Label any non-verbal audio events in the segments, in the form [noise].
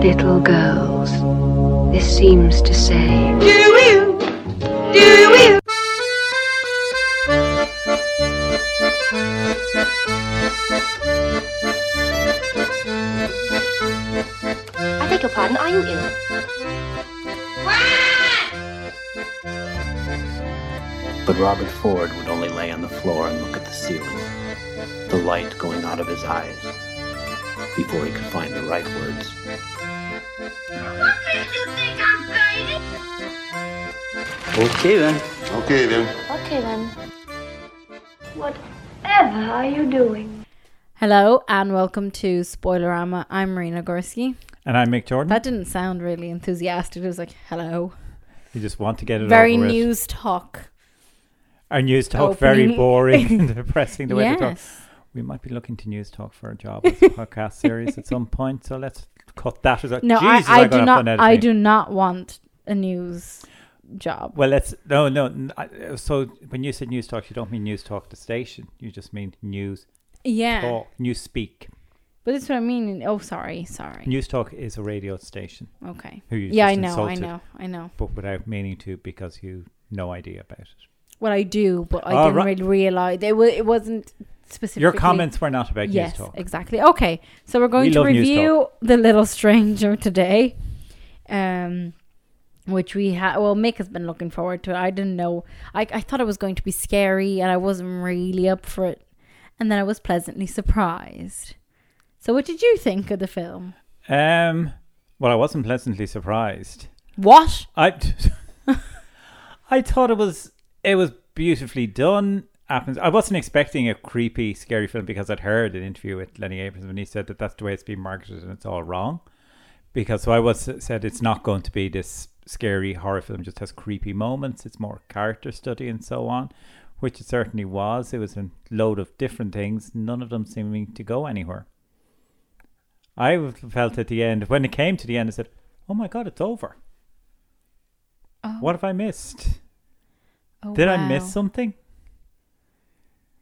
little girls, this seems to say. Do you? Do you? I beg your pardon, are you ill? But Robert Ford would only lay on the floor and look at the ceiling, the light going out of his eyes, before he could find the right words. Okay then. Okay then. Okay then. Whatever are you doing? Hello and welcome to Spoilerama. I'm Marina Gorski. And I'm Mick Jordan. That didn't sound really enthusiastic. It was like, hello. you just want to get it Very over with. news talk. Our news talk very Opening. [laughs] boring and depressing. The way they talk. Yes. We might be looking to news talk for a job as [laughs] a podcast series at some point. So let's cut that as a. No, Jesus, I, I got do up not on I editing. do not want a news job. Well, let's no, no. n- I- so when you said news talk, you don't mean news talk the station. You just mean news Yeah. talk, news speak. But that's what I mean. Oh sorry, sorry. News talk is a radio station, Okay. Who you Yeah, I just know, I insulted. know, I know. but without meaning to, because you no idea about it. Well I do, but I All didn't right. really realise it was it wasn't specifically Your comments were not about Yes, news talk. exactly. Okay, so we're going We to love news review The Little Stranger today, um, which we ha Well, Mick has been looking forward to it. I didn't know. I I thought it was going to be scary, and I wasn't really up for it. And then I was pleasantly surprised. So, what did you think of the film? Um. Well, I wasn't pleasantly surprised. What? I, [laughs] I thought it was it was beautifully done. Happens. I wasn't expecting a creepy, scary film because I'd heard an interview with Lenny Abrams and he said that that's the way it's being marketed and it's all wrong. Because so I was said it's not going to be this scary horror film. It Just has creepy moments. It's more character study and so on, which it certainly was. It was a load of different things. None of them seeming to go anywhere. I felt at the end when it came to the end, I said, "Oh my god, it's over." What have I missed? Oh, Did I wow. [laughs] miss something?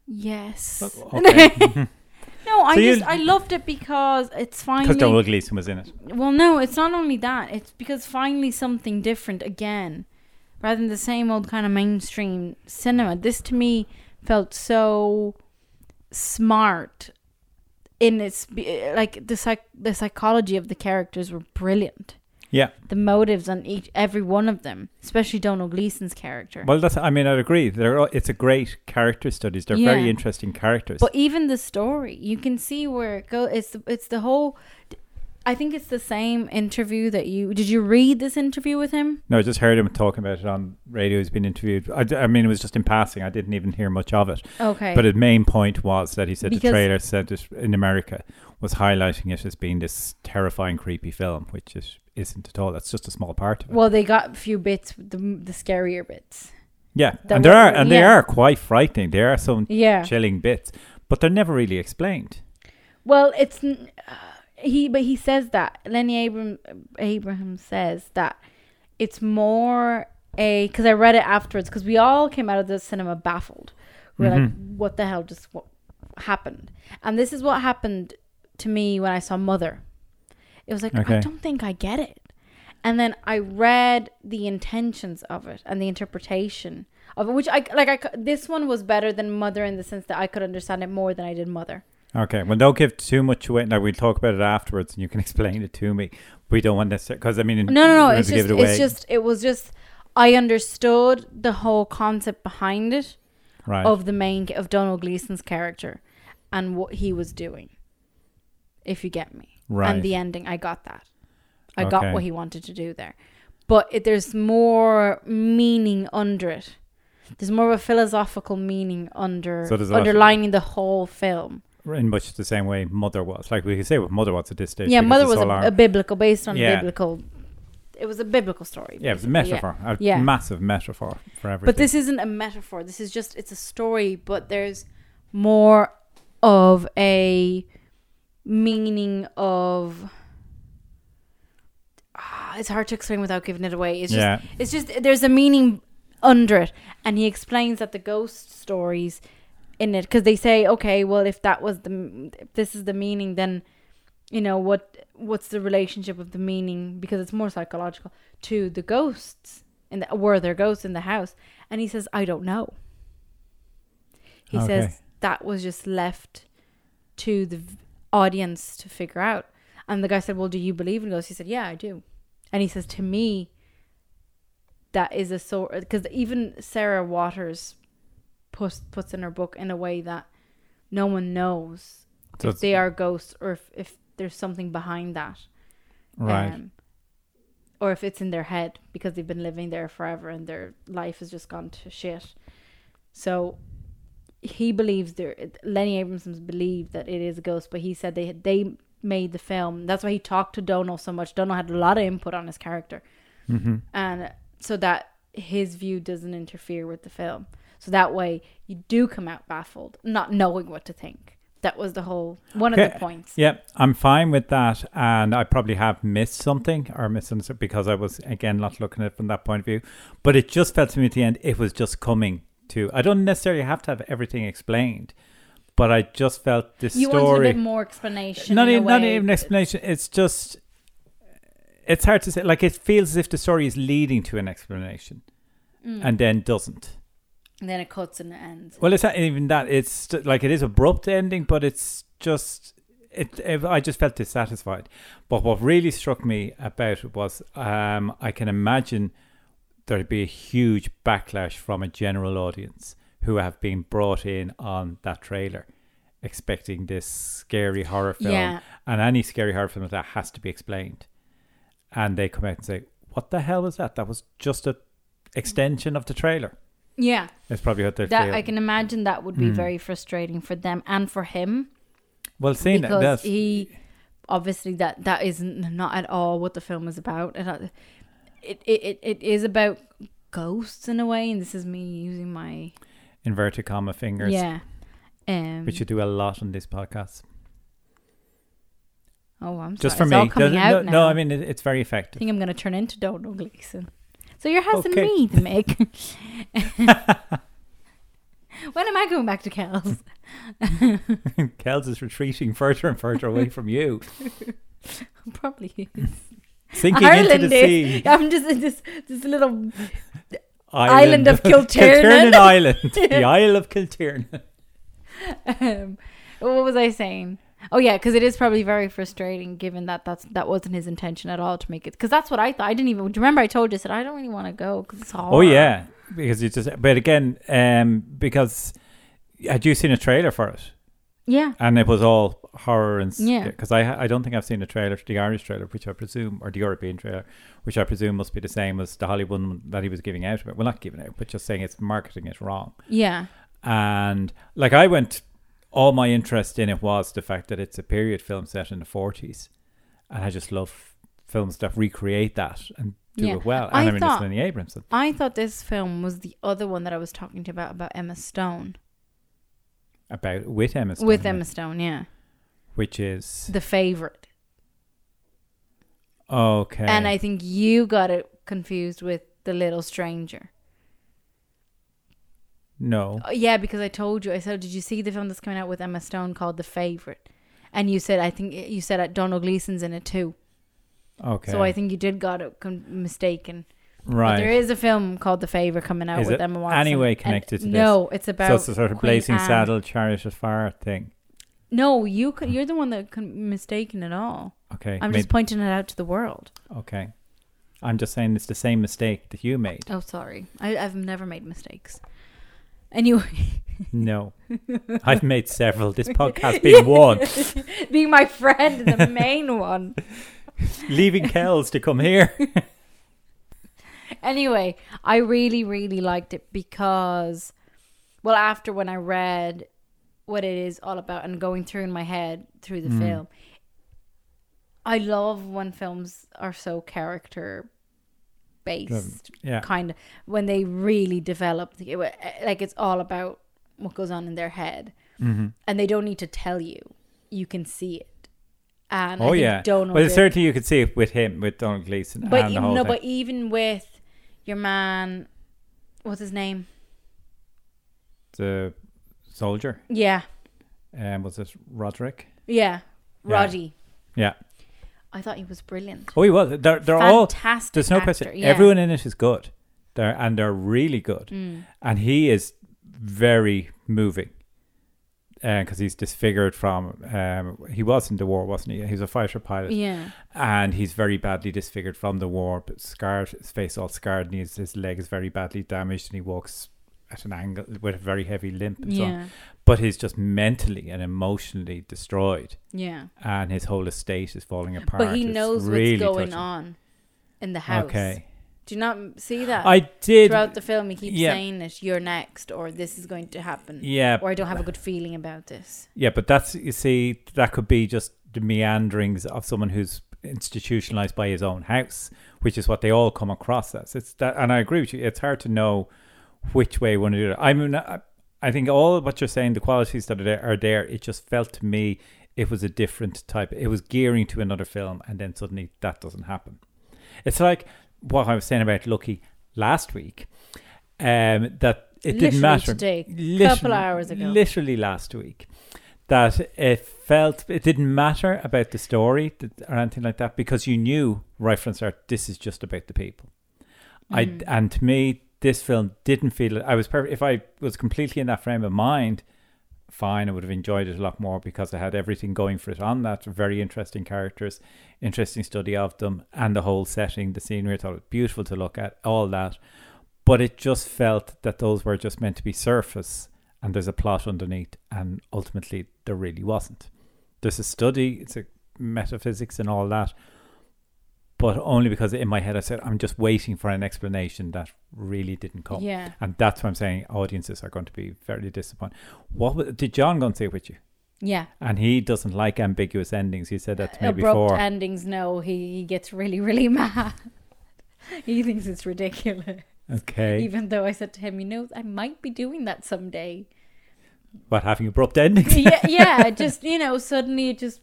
Yes. Okay. No, I So you- just I loved it because it's Because Donald finally. Gleason was in it. Well, no, it's not only that. It's because finally something different again, rather than the same old kind of mainstream cinema. This to me felt so smart in its be- like the psych- the psychology of the characters were brilliant. Yeah. The motives on each every one of them, especially Donald Gleason's character. Well, that's. I mean, I'd agree. They're all, it's a great character studies. They're Yeah. very interesting characters. But even the story, you can see where it goes. It's it's the whole. I think it's the same interview that you did. You read this interview with him? no, I just heard him talking about it on radio. He's been interviewed. I, d- I mean, it was just in passing. I didn't even hear much of it. Okay. But his main point was that he said the Because- trailer said it in America was highlighting it as being this terrifying, creepy film, which it isn't at all. That's just a small part of it. Well, they got a few bits, the, the scarier bits. Yeah, that and there were- are and they yeah. are quite frightening. There are some Yeah. chilling bits, but they're never really explained. Well, it's n- uh, he, but he says that Lenny Abram Abraham says that it's more a because I read it afterwards because we all came out of the cinema baffled. We are like, what the hell just what happened? And this is what happened to me when I saw Mother. It was like I Okay. don't think I get it. And then I read the intentions of it and the interpretation of it, which I like. I c- this one was better than Mother in the sense that I could understand it more than I did Mother. Okay, well, don't give too much away. Now we'll talk about it afterwards, and you can [laughs] explain it to me. We don't want necessarily because I mean, No, no, we no. have It's to just, give it it's away. just, it was just. I understood the whole concept behind it right. of the main of Donald Gleason's character and what he was doing. If you get me, Right. And the ending, I got that. I got Okay. what he wanted to do there, but it, there's more meaning under it. There's more of a philosophical meaning under So there's a lot of- underlining the whole film. in much the same way, mother was like we could say what mother was at this stage. yeah, because Mother it's was all a, our- a biblical, based on Yeah. biblical. It was a biblical story. yeah, it was a basically, metaphor, a Yeah. massive metaphor for everything. But this isn't a metaphor. This is just it's a story, but there's more of a meaning of Ah, it's hard to explain without giving it away. It's just Yeah. it's just there's a meaning under it and he explains that the ghost stories in it because they say okay well if that was the m- if this is the meaning then you know what what's the relationship of the meaning because it's more psychological to the ghosts in the were there ghosts in the house and he says i don't know he Okay. says that was just left to the v- audience to figure out and the guy said well do you believe in ghosts he said yeah i do and he says to me that is a sort because even sarah waters puts puts in her book in a way that no one knows So if it's- they are ghosts or if, if there's something behind that Right. um, or if it's in their head because they've been living there forever and their life has just gone to shit. So he believes there. Lenny Abramson believed that it is a ghost, but he said they had, they made the film. That's why he talked to Dono so much. Dono had a lot of input on his character, Mm-hmm. and so that his view doesn't interfere with the film. So that way you do come out baffled, not knowing what to think. That was the whole one of Okay. the points. Yeah, I'm fine with that, and I probably have missed something or misunderstood because I was again not looking at it from that point of view. But it just felt to me at the end it was just coming to. I don't necessarily have to have everything explained, but I just felt this You story. wanted a bit more explanation. not in a even, not way. even explanation. It's just it's hard to say. Like it feels as if the story is leading to an explanation, Mm. and then doesn't. And then it cuts and it ends. Well, it's not even that. It's st- like it is abrupt ending, but it's just it, it. I just felt dissatisfied. But what really struck me about it was um, I can imagine there'd be a huge backlash from a general audience who have been brought in on that trailer, expecting this scary horror film, Yeah. and any scary horror film like that has to be explained, and they come out and say, "What the hell was that? That was just a extension of the trailer." Yeah, It's probably what they're that feeling. I can imagine that would be Hmm. very frustrating for them and for him Well, seeing that, because that's, he obviously that that isn't not at all what the film is about. And I- It it it, it is about ghosts in a way, and this is me using my inverted comma fingers, yeah. Um, which you do a lot on this podcast. oh, I'm Just sorry. it's for all me, coming doesn't- out no, now. no, I mean it, it's very I effective. think I'm gonna turn into Donald Gleason. So you're hassling Okay. me to make. [laughs] [laughs] when am I going back to Kells? [laughs] Kells is retreating [laughs] further and further away from you, Probably [laughs] sinking into Ireland the is. sea. [laughs] I'm just in this this little. Island [laughs] of Kilternan. Kilternan [laughs] Island, the Isle of Kilternan. Um, what was I saying? Oh yeah, because it is probably very frustrating, given that that's that wasn't his intention at all to make it. Because that's what I thought. I didn't even. Do you remember I told you I said I don't really want to go because it's hard. Oh yeah, because you just. But again, um, because had you seen a trailer for it? yeah. And it was all horror and Yeah. Because I ha- I don't think I've seen a trailer, the Irish trailer, which I presume, or the European trailer, which I presume must be the same as the Hollywood one that he was giving out about. Well, not giving out, but just saying it's marketing it wrong. Yeah. And like I went, all my interest in it was the fact that it's a period film set in the forties, and I just love films that recreate that and do Yeah. it well. And I I, mean, thought- it's Lenny Abramson. I thought this film was the other one that I was talking to you about about Emma Stone about with Emma Stone, with Emma Stone. Yeah, which is the favorite. okay. And I think you got it confused with the Little Stranger. no, Oh, Yeah, because I told you. I said, "Did you see the film that's coming out with Emma Stone called The Favorite?" And you said, "I think you said that Donald Gleason's in it too." okay, So I think you did got it con- mistaken. But right. there is a film called The Favorite coming out Is with it Emma Watson. anyway And connected to No, it's about so it's a sort of Queen blazing Anne. saddle, chariot of fire thing. No, you could, you're the one that con- mistaken it all. Okay, I'm may- just pointing it out to the world. okay. I'm just saying it's the same mistake that you made. Oh, sorry. I, I've never made mistakes. Anyway, [laughs] No, I've made several. [laughs] This podcast being one, being my friend, [laughs] the main one. leaving Kells to come here. [laughs] anyway, I really, really liked it because, well, after when I read what it is all about and going through in my head through Mm. the film, I love when films are so character based, yeah. kind of when they really develop, the- like it's all about what goes on in their head, Mm-hmm. and they don't need to tell you; you can see it. And I Oh think yeah, Donald well did- certainly you could see it with him, with Donald Gleason, but and you the whole no, thing. but even with your man, what's his name? the soldier. Yeah, Um, was it Roderick? yeah, Roddy. Yeah. I thought he was brilliant. Oh, he was. They're they're all Fantastic There's no actor, question. yeah. Everyone in it is good. They're and they're really good. Mm. And he is very moving because he's disfigured from. Um, he was in the war, wasn't he? He was a fighter pilot. Yeah. And he's very badly disfigured from the war, but scarred, his face all scarred, and his, his leg is very badly damaged, and he walks at an angle with a very heavy limp and so Yeah. on. But he's just mentally and emotionally destroyed, Yeah. and his whole estate is falling apart. But he It's knows really what's going touching. on in the house. Okay. Do you not m- see that? I did. Throughout the film, he keeps yeah. saying it, you're next, or this is going to happen. Yeah. Or I don't have a good feeling about this. Yeah, but that's you see, that could be just the meanderings of someone who's institutionalized by his own house, which is what they all come across as. It's that, and I agree with you. It's hard to know which way one or the other. I mean, I, I think all what you're saying, the qualities that are there, are there. It just felt to me it was a different type. It was gearing to another film, and then suddenly that doesn't happen. It's like what I was saying about Lucky last week. Um, that it Literally didn't matter. today, Literally- couple hours ago. Literally last week. That it felt it didn't matter about the story that- or anything like that because you knew right from the start this is just about the people. I and to me this film didn't feel I was perfect. If I was completely in that frame of mind, fine. I would have enjoyed it a lot more because I had everything going for it on that. Very interesting characters, interesting study of them, and the whole setting, the scenery. I thought it was beautiful to look at, all that. But it just felt that those were just meant to be surface, and there's a plot underneath, and ultimately there really wasn't. There's a study, it's a metaphysics and all that, but only because in my head I said I'm just waiting for an explanation that really didn't come. Yeah. And that's why I'm saying audiences are going to be very disappointed. What was, did John go and say with you? Yeah. And he doesn't like ambiguous endings. He said that to me Abrupt before. endings, no. He, he gets really, really [laughs] mad. he thinks it's ridiculous. okay. Even though I said to him, you know, I might be doing that someday. what having abrupt endings? [laughs] yeah, yeah, just you know, suddenly it just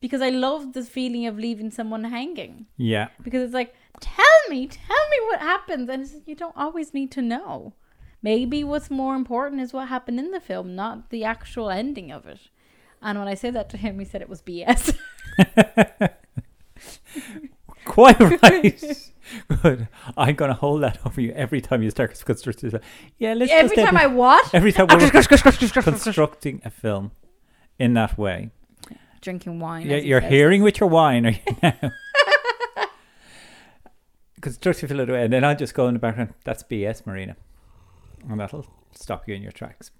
because I love the feeling of leaving someone hanging [laughs] yeah. because it's like, tell me, tell me what happens, and it's, you don't always need to know. Maybe what's more important is what happened in the film, not the actual ending of it. And when I said that to him, he said it was [laughs] BS. [laughs] [laughs] Quite right. Good. I'm going to hold that over you every time you start constructing. Yeah, let's Every just time I [laughs] Ah, watch every time we're constructing a film in that way. drinking wine, Yeah, as he you're says. hearing with your wine, are you now? [laughs] Constructive fill it away, and then I'll just go in the background. That's BS, Marina, and that'll stop you in your tracks.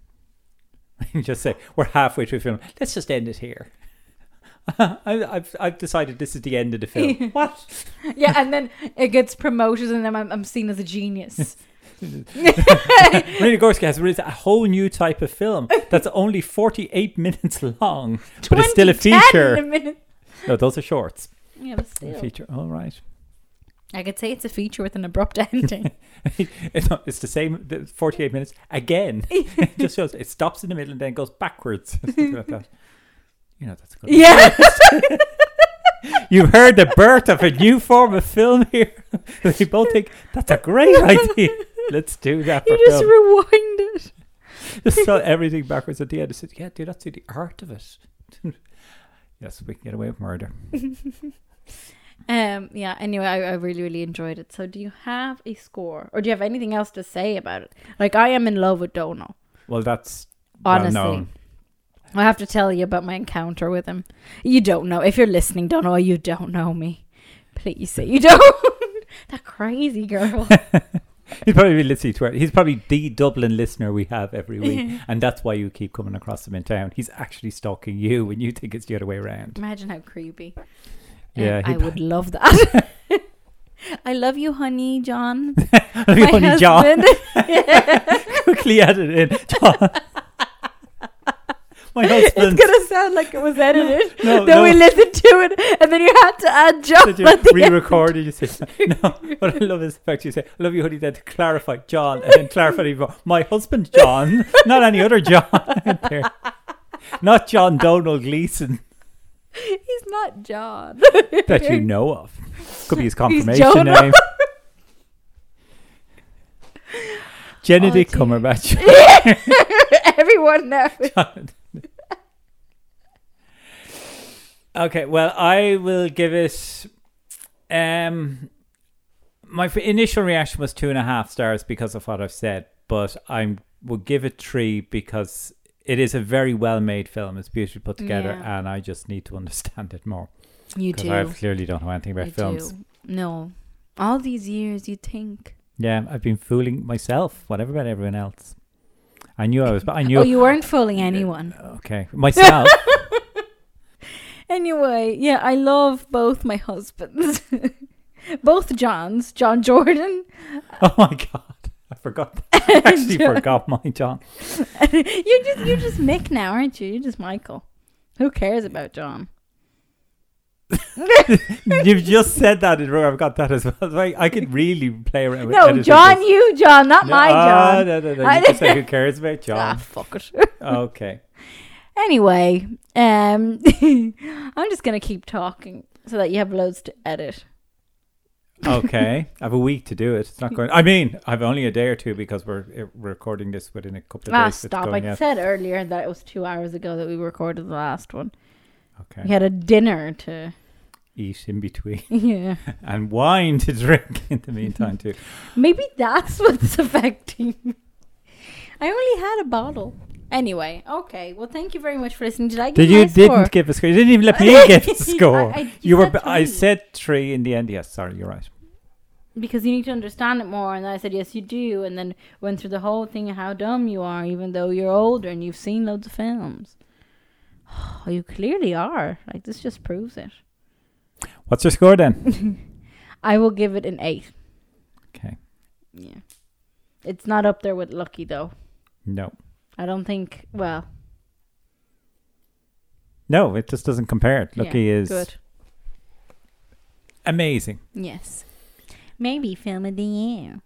[laughs] And just say we're halfway through film. Let's just end it here. [laughs] I, I've I've decided this is the end of the [laughs] film. what? Yeah, and then it gets promoted, and then I'm, I'm seen as a genius. Marina Gorski has released a whole new type [laughs] of film that's only forty-eight minutes long, [laughs] but it's still a 20, 10 in a feature. minute. No, those are shorts. Yeah, but A still. feature. All right. [laughs] I could say it's a feature with an abrupt [laughs] ending. it's, not- it's the same the 48 minutes [laughs] again it just shows it stops in the middle and then goes backwards [laughs] Something like that. you know that's good [laughs] yeah. you've heard the birth of a new form of film here [laughs] we both think that's a [laughs] great idea let's do that for You just film rewind it. just throw everything backwards at the end I said yeah dude that's the art of it [laughs] yes we can get away with murder Um. Yeah. Anyway, I, I really really enjoyed it. So, do you have a score, or do you have anything else to say about it? Like, I am in love with Dono. well that's Honestly. well known I have to tell you about my encounter with him. You don't know if you're listening, Dono. You don't know me. Please say you don't. [laughs] that crazy [laughs] girl. He's probably been listening to it. He's probably the Dublin listener we have [laughs] every week, and that's why you keep coming across him in town. He's actually stalking you, and you think it's the other [laughs] way around. Imagine how creepy. Um, Yeah, I he- would love that. [laughs] I love you, honey, [laughs] John. Funny John husband. [laughs] [laughs] quickly added in. [laughs] John. [laughs] My husband. It's gonna sound like it was edited. No, then no. we listened to it, and then you had to add John. Did you at the end. re-record it? You say [laughs] no. What I love is the fact you say "I love you, honey." Then to clarify John, and then clarify even more, my husband John, not any other John. [laughs] out there. Not John Donald Gleason He's not John. [laughs] that you know of. Could be his confirmation Jonah. [laughs] name. Benedict Oh, dear. [laughs] Cumberbatch. [laughs] Everyone knows. Okay, well, I will give it. Um, my f- initial reaction was two and a half stars because of what I've said, but I will give it three because it is a very well-made film. It's beautifully put together, Yeah. and I just need to [laughs] understand it more You because do. I clearly don't know anything about You films. do. No. All these years, you think. Yeah, I've been fooling myself. Whatever about everyone else? I knew I was, but I [laughs] knew. oh, you [laughs] weren't fooling anyone. okay, [laughs] myself. Anyway, yeah, I love both my husbands. [laughs] both Johns, John Jordan. [laughs] oh my god, I forgot. I actually forgot my John. you just you just Mick now, aren't you? You're just Michael. Who cares about John? You've just said that in row. I've got that as well. It's like, I could really play around with No, editing John, this. you John, not my No, ah, John. No, no, no. I- You just [laughs] say who cares about Ah, John. fuck it. [laughs] okay. anyway, um, [laughs] I'm just gonna keep talking so that you have loads to edit. Okay. I have a week to do it. It's not going. I mean, I've only a day or two because we're eh, we're recording this within a couple of Ah, days. It's stop! going I out. said earlier that it was two hours ago that we recorded the last one. Okay. We had a dinner to. [laughs] Eat in between [laughs] Yeah, and wine to drink in the meantime too. maybe that's what's [laughs] affecting. me. I only had a bottle. Anyway, okay. Well, thank you very much for listening. Did I give Did you my score? didn't give a score? You [laughs] didn't even let me give a score. I- I- you you were. said b- I three. said three in the end. Yes. Sorry. You're right. because you need to understand it more. And I said, yes, you do. And then went through the whole thing of how dumb you are, even though you're older and you've seen loads of films. [sighs] you clearly are. Like, this just proves it. What's your [laughs] score then? I will give it an eight. okay. Yeah. It's not up there with Lucky, though. No. I don't think, well, No, it just doesn't compare. It. yeah, Lucky is Good. amazing. Yes. Maybe film of the year.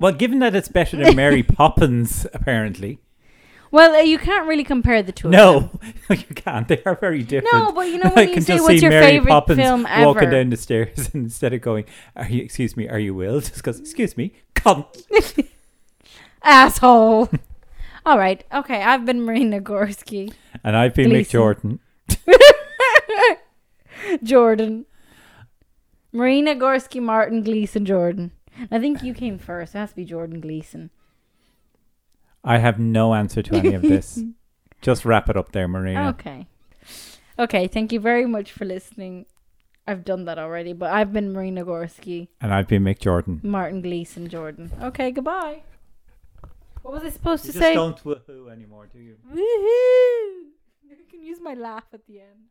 Well, given that it's [laughs] better than Mary Poppins, apparently. Well, uh, you can't really compare the two. of them. No, [laughs] you can't. They are very different. No, [laughs] but you know when I you can say, just "What's see your Mary favorite Poppins film walking ever? down the stairs [laughs] and instead of going, "Are you? Excuse me, are you Will?" [laughs] Just goes, "Excuse me, [laughs] cunt." Asshole. [laughs] All right. Okay. I've been Marina Gorski. And I've been Mick Gleason. Jordan. Jordan. Marina Gorski, Martin Gleason, Jordan. I think you came first. It has to be Jordan Gleason. I have no answer to any [laughs] of this. just wrap it up there, Marina. Okay. Okay. Thank you very much for listening. I've done that already, but I've been Marina Gorski, And I've been Mick Jordan. Martin Gleason, Jordan. Okay. Goodbye. What was I supposed to You just say? don't woohoo anymore, do you? [laughs] Woohoo! You can use my laugh at the end.